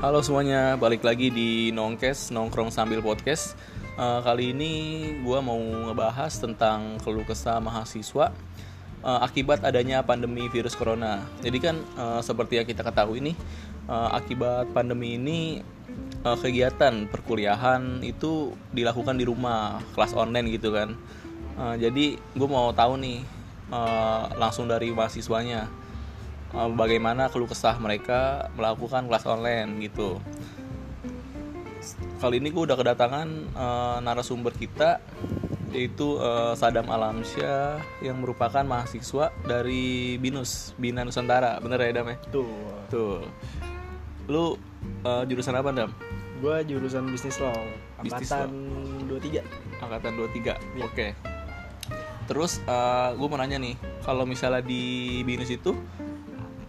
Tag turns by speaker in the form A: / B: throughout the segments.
A: Halo semuanya, balik lagi di Nongkes, Nongkrong Sambil Podcast Eh, Kali ini gua mau ngebahas tentang keluh kesah mahasiswa eh, Akibat adanya pandemi virus corona Jadi kan eh, seperti yang kita ketahui nih eh, Akibat pandemi ini eh, kegiatan perkuliahan itu dilakukan di rumah Kelas online gitu kan Eh, Jadi gue mau tahu nih eh, langsung dari mahasiswanya eh, bagaimana keluh kesah mereka melakukan kelas online gitu. Kali ini gue udah kedatangan eh, narasumber kita yaitu eh, Sadam Alamsyah yang merupakan mahasiswa dari Binus Bina Nusantara, bener ya Dam ya?
B: Tuh,
A: Tuh, lu eh, jurusan apa Dam?
B: gue jurusan bisnis law,
A: Bisnis
B: angkatan 23
A: Angkatan 23,
B: Iya.
A: oke. Terus gue mau nanya nih, kalau misalnya di Binus itu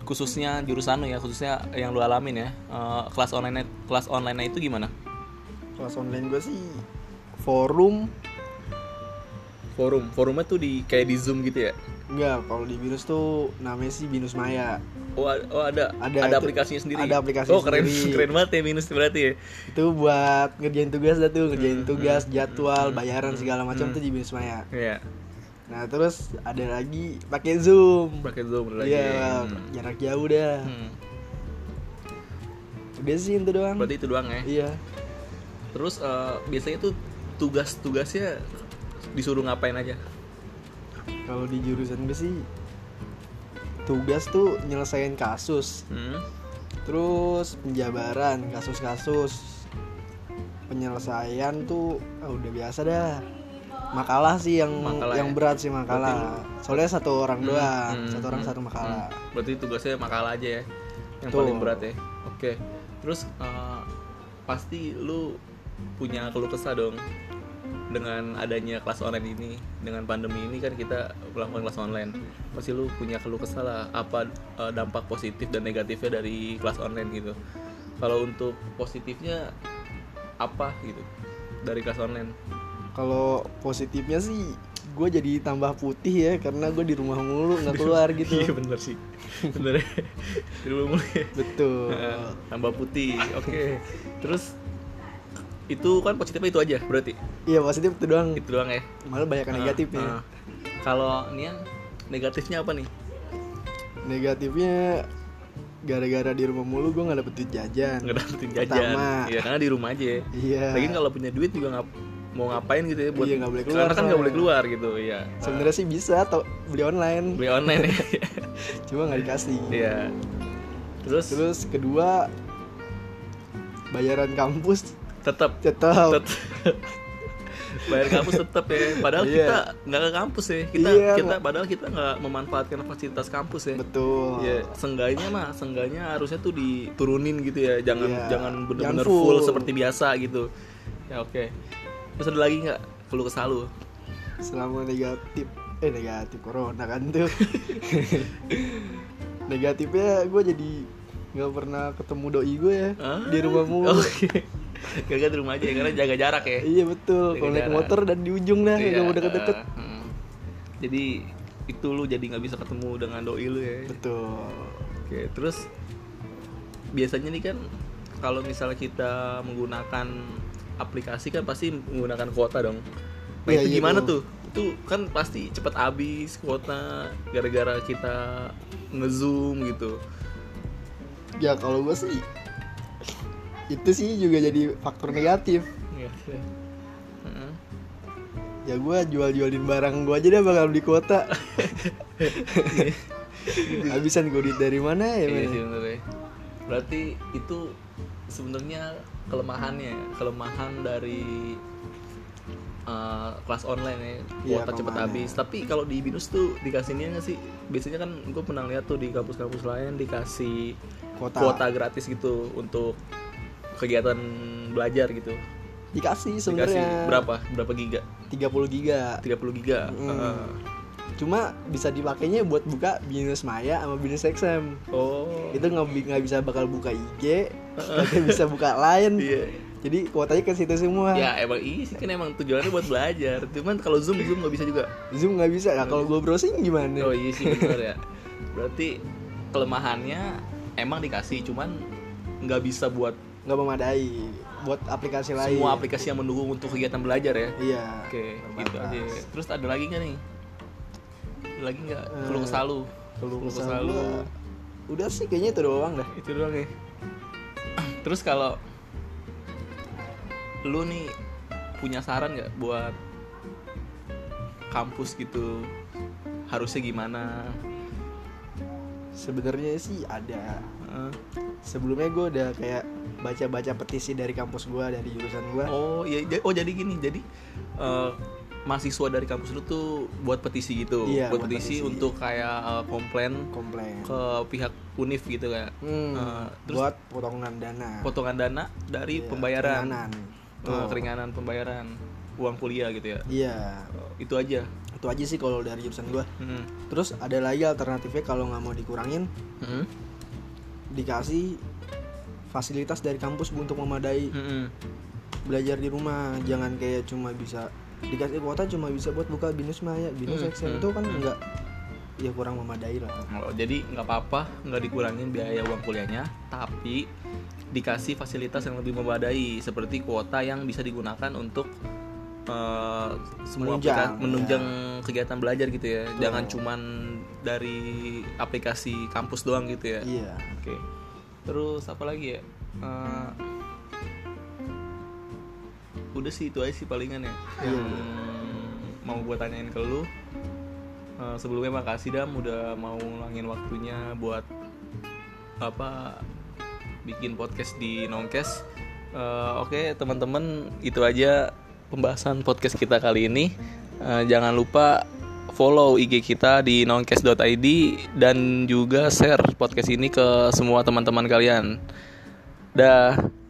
A: khususnya jurusan lu ya, khususnya yang lu alamin ya, eh, kelas online kelas online itu gimana?
B: Kelas online gue sih forum
A: Forum, forumnya tuh di kayak di Zoom gitu ya?
B: Enggak, kalau di Binus tuh namanya sih Binus Maya
A: Oh, a- oh, ada
B: Ada,
A: ada,
B: itu-
A: aplikasinya sendiri.
B: ada aplikasi
A: Oh keren
B: sendiri.
A: keren banget ya Binus berarti ya.
B: Itu buat ngerjain tugas dah tuh, ngerjain
A: Hmm,
B: tugas,
A: hmm,
B: jadwal,
A: hmm,
B: bayaran
A: hmm,
B: segala macam
A: hmm.
B: tuh di Binus Maya
A: Iya,
B: Nah terus ada lagi pakai Zoom
A: pakai Zoom lagi.
B: Iya,
A: Hmm.
B: jarak jauh dah
A: Hmm.
B: Udah sih itu doang
A: Berarti itu doang ya.
B: Iya,
A: Terus eh, biasanya tuh tugas-tugasnya disuruh ngapain aja?
B: kalau di jurusan gue sih tugas tuh nyelesain kasus
A: Hmm.
B: Terus penjabaran kasus-kasus penyelesaian tuh ah, udah biasa dah. Makalah sih yang
A: Makalah
B: yang
A: ya?
B: berat sih makalah. Soalnya satu orang
A: Hmm,
B: doang,
A: hmm,
B: satu orang
A: hmm,
B: satu makalah.
A: hmm. Berarti tugasnya makalah aja ya, yang
B: Betul.
A: paling berat ya. Oke, terus eh, pasti lu punya keluh kesah dong dengan adanya kelas online ini, dengan pandemi ini kan kita melakukan kelas online. Pasti lu punya keluh kesah lah apa eh, dampak positif dan negatifnya dari kelas online gitu. Kalau untuk positifnya apa gitu dari kelas online?
B: Kalau positifnya sih gue jadi tambah putih ya karena gue di rumah mulu nggak keluar
A: Iya
B: gitu.
A: bener sih, bener. ya. Di rumah mulu ya.
B: Betul.
A: Heeh, tambah putih oke terus itu kan positifnya itu aja berarti
B: Iya positif itu doang.
A: itu doang ya
B: Malah banyak yang ya.
A: Heeh,
B: negatifnya.
A: heeh. kalau Nian negatifnya apa nih
B: Hmm. Negatifnya gara-gara di rumah mulu gue nggak dapet duit jajan.
A: nggak dapetin jajan
B: Pertama.
A: ya karena di rumah aja ya
B: Iya.
A: Lagian kalau punya duit juga nggak mau ngapain gitu ya buat
B: Iya, nggak boleh
A: karena
B: keluar
A: kan nggak
B: soalnya.
A: boleh keluar gitu ya
B: Sebenarnya sih bisa atau beli online.
A: beli online ya
B: cuma nggak dikasih
A: Iya. terus,
B: terus kedua bayaran kampus
A: tetap
B: tetap
A: Tet- bayar kampus tetap ya padahal
B: Iya.
A: kita nggak ke kampus ya kita
B: Iya,
A: kita
B: nggak-
A: padahal kita nggak memanfaatkan fasilitas kampus ya
B: betul
A: ya sengganya mah sengganya harusnya tuh diturunin gitu ya jangan
B: Iya.
A: jangan bener-bener
B: Jangan full.
A: full. seperti biasa gitu ya oke terus ada lagi nggak keluh kesah lu
B: selama negatif eh negatif corona kan tuh negatifnya gue jadi nggak pernah ketemu doi gue ya
A: Ah.
B: di rumah mulu
A: oke gara di rumah aja ya, karena jaga jarak ya
B: iya betul
A: Jaga
B: kalau naik
A: jarak.
B: motor dan di ujung dah
A: Iya,
B: nggak mau deket-deket
A: eh, mm. jadi itu lu jadi nggak bisa ketemu dengan doi lu ya
B: betul
A: oke terus biasanya nih kan kalau misalnya kita menggunakan aplikasi kan pasti menggunakan kuota dong. Nah, itu
B: Iya, iya
A: gimana tuh?
B: tuh.
A: Itu kan pasti cepet habis kuota gara-gara kita ngezoom gitu.
B: ya kalau gue sih itu sih juga jadi faktor negatif
A: Iya. Heeh.
B: ya gue jual-jualin barang gue aja deh bakal beli kuota habisan gue duit dari mana ya
A: Iya
B: men?
A: sih bener ya. Berarti itu sebenarnya kelemahannya, kelemahan dari uh, kelas online ya,
B: Iya,
A: kuota cepet
B: kelemahannya.
A: habis. Tapi kalau di binus tuh dikasihnya nggak sih? Biasanya kan gue pernah lihat tuh di kampus-kampus lain dikasih
B: Kuota.
A: kuota gratis gitu untuk kegiatan belajar gitu. Dikasih
B: dikasih sebenarnya
A: berapa? Berapa giga?
B: 30 giga
A: 30 giga.
B: Mm.
A: Heeh.
B: cuma bisa dipakainya buat buka binus maya sama binus exam
A: Oh.
B: itu nggak bi- nggak bisa bakal buka IG nggak bisa buka lain
A: Iya.
B: jadi kuotanya ke situ semua
A: Ya emang iya sih kan emang tujuannya buat belajar. Cuman kalau zoom zoom nggak bisa juga.
B: zoom nggak bisa nah kalau gue browsing
A: Oh
B: gimana
A: iya sih benar ya. Berarti kelemahannya emang dikasih cuman nggak bisa buat
B: nggak memadai buat aplikasi lain
A: semua aplikasi yang mendukung untuk kegiatan belajar ya.
B: iya
A: Oke, gitu
B: terbatas.
A: aja. Terus ada lagi nggak nih? Ada lagi nggak?
B: Eh,
A: Keluh kesah lu.
B: Keluh
A: Keluh
B: kesah
A: kesah lu.
B: gua, udah sih kayaknya itu doang dah
A: Itu doang ya. Terus kalau lu nih punya saran nggak buat kampus gitu harusnya gimana?
B: sebenarnya sih ada
A: Heeh.
B: sebelumnya gue udah kayak baca-baca petisi dari kampus gue dari jurusan gue
A: Oh iya, ja- oh jadi gini, jadi eh, mahasiswa dari kampus lu tuh buat petisi gitu,
B: Iya,
A: buat,
B: buat
A: petisi,
B: petisi.
A: untuk kayak eh, komplain
B: komplain
A: ke pihak univ gitu kayak
B: Hmm,
A: Eh, terus-
B: buat potongan dana
A: potongan dana dari
B: Iya,
A: pembayaran,
B: keringanan. Oh.
A: Eh,
B: Tuh.
A: keringanan pembayaran uang kuliah gitu ya,
B: iya
A: Eh, itu aja.
B: itu aja sih kalau dari jurusan gue
A: Hmm.
B: terus ada lagi alternatifnya kalau nggak mau dikurangin
A: Hmm.
B: dikasih fasilitas dari kampus untuk memadai
A: Hmm.
B: belajar di rumah jangan kayak cuma bisa dikasih kuota cuma bisa buat buka binus maya binus
A: Hmm,
B: XM
A: hmm,
B: itu kan
A: hmm.
B: nggak ya kurang memadai lah
A: Oh, jadi nggak apa-apa, nggak dikurangin biaya uang kuliahnya, tapi dikasih fasilitas yang lebih memadai seperti kuota yang bisa digunakan untuk eh, semua
B: Menunjang,
A: aplikasi-
B: ya.
A: menunjang kegiatan belajar gitu ya.
B: Betul.
A: Jangan cuman dari aplikasi kampus doang gitu ya.
B: iya
A: Oke. Terus apa lagi ya? Eh, udah sih itu aja sih palingan ya. Yang mau gue tanyain ke lu. Eh, sebelumnya makasih Dam udah mau ngulangin waktunya buat apa bikin podcast di Nongkes. Eh, Oke teman-teman itu aja pembahasan podcast kita kali ini. Eh, jangan lupa follow IG kita di nongkes.id dan juga share podcast ini ke semua teman-teman kalian. Dah.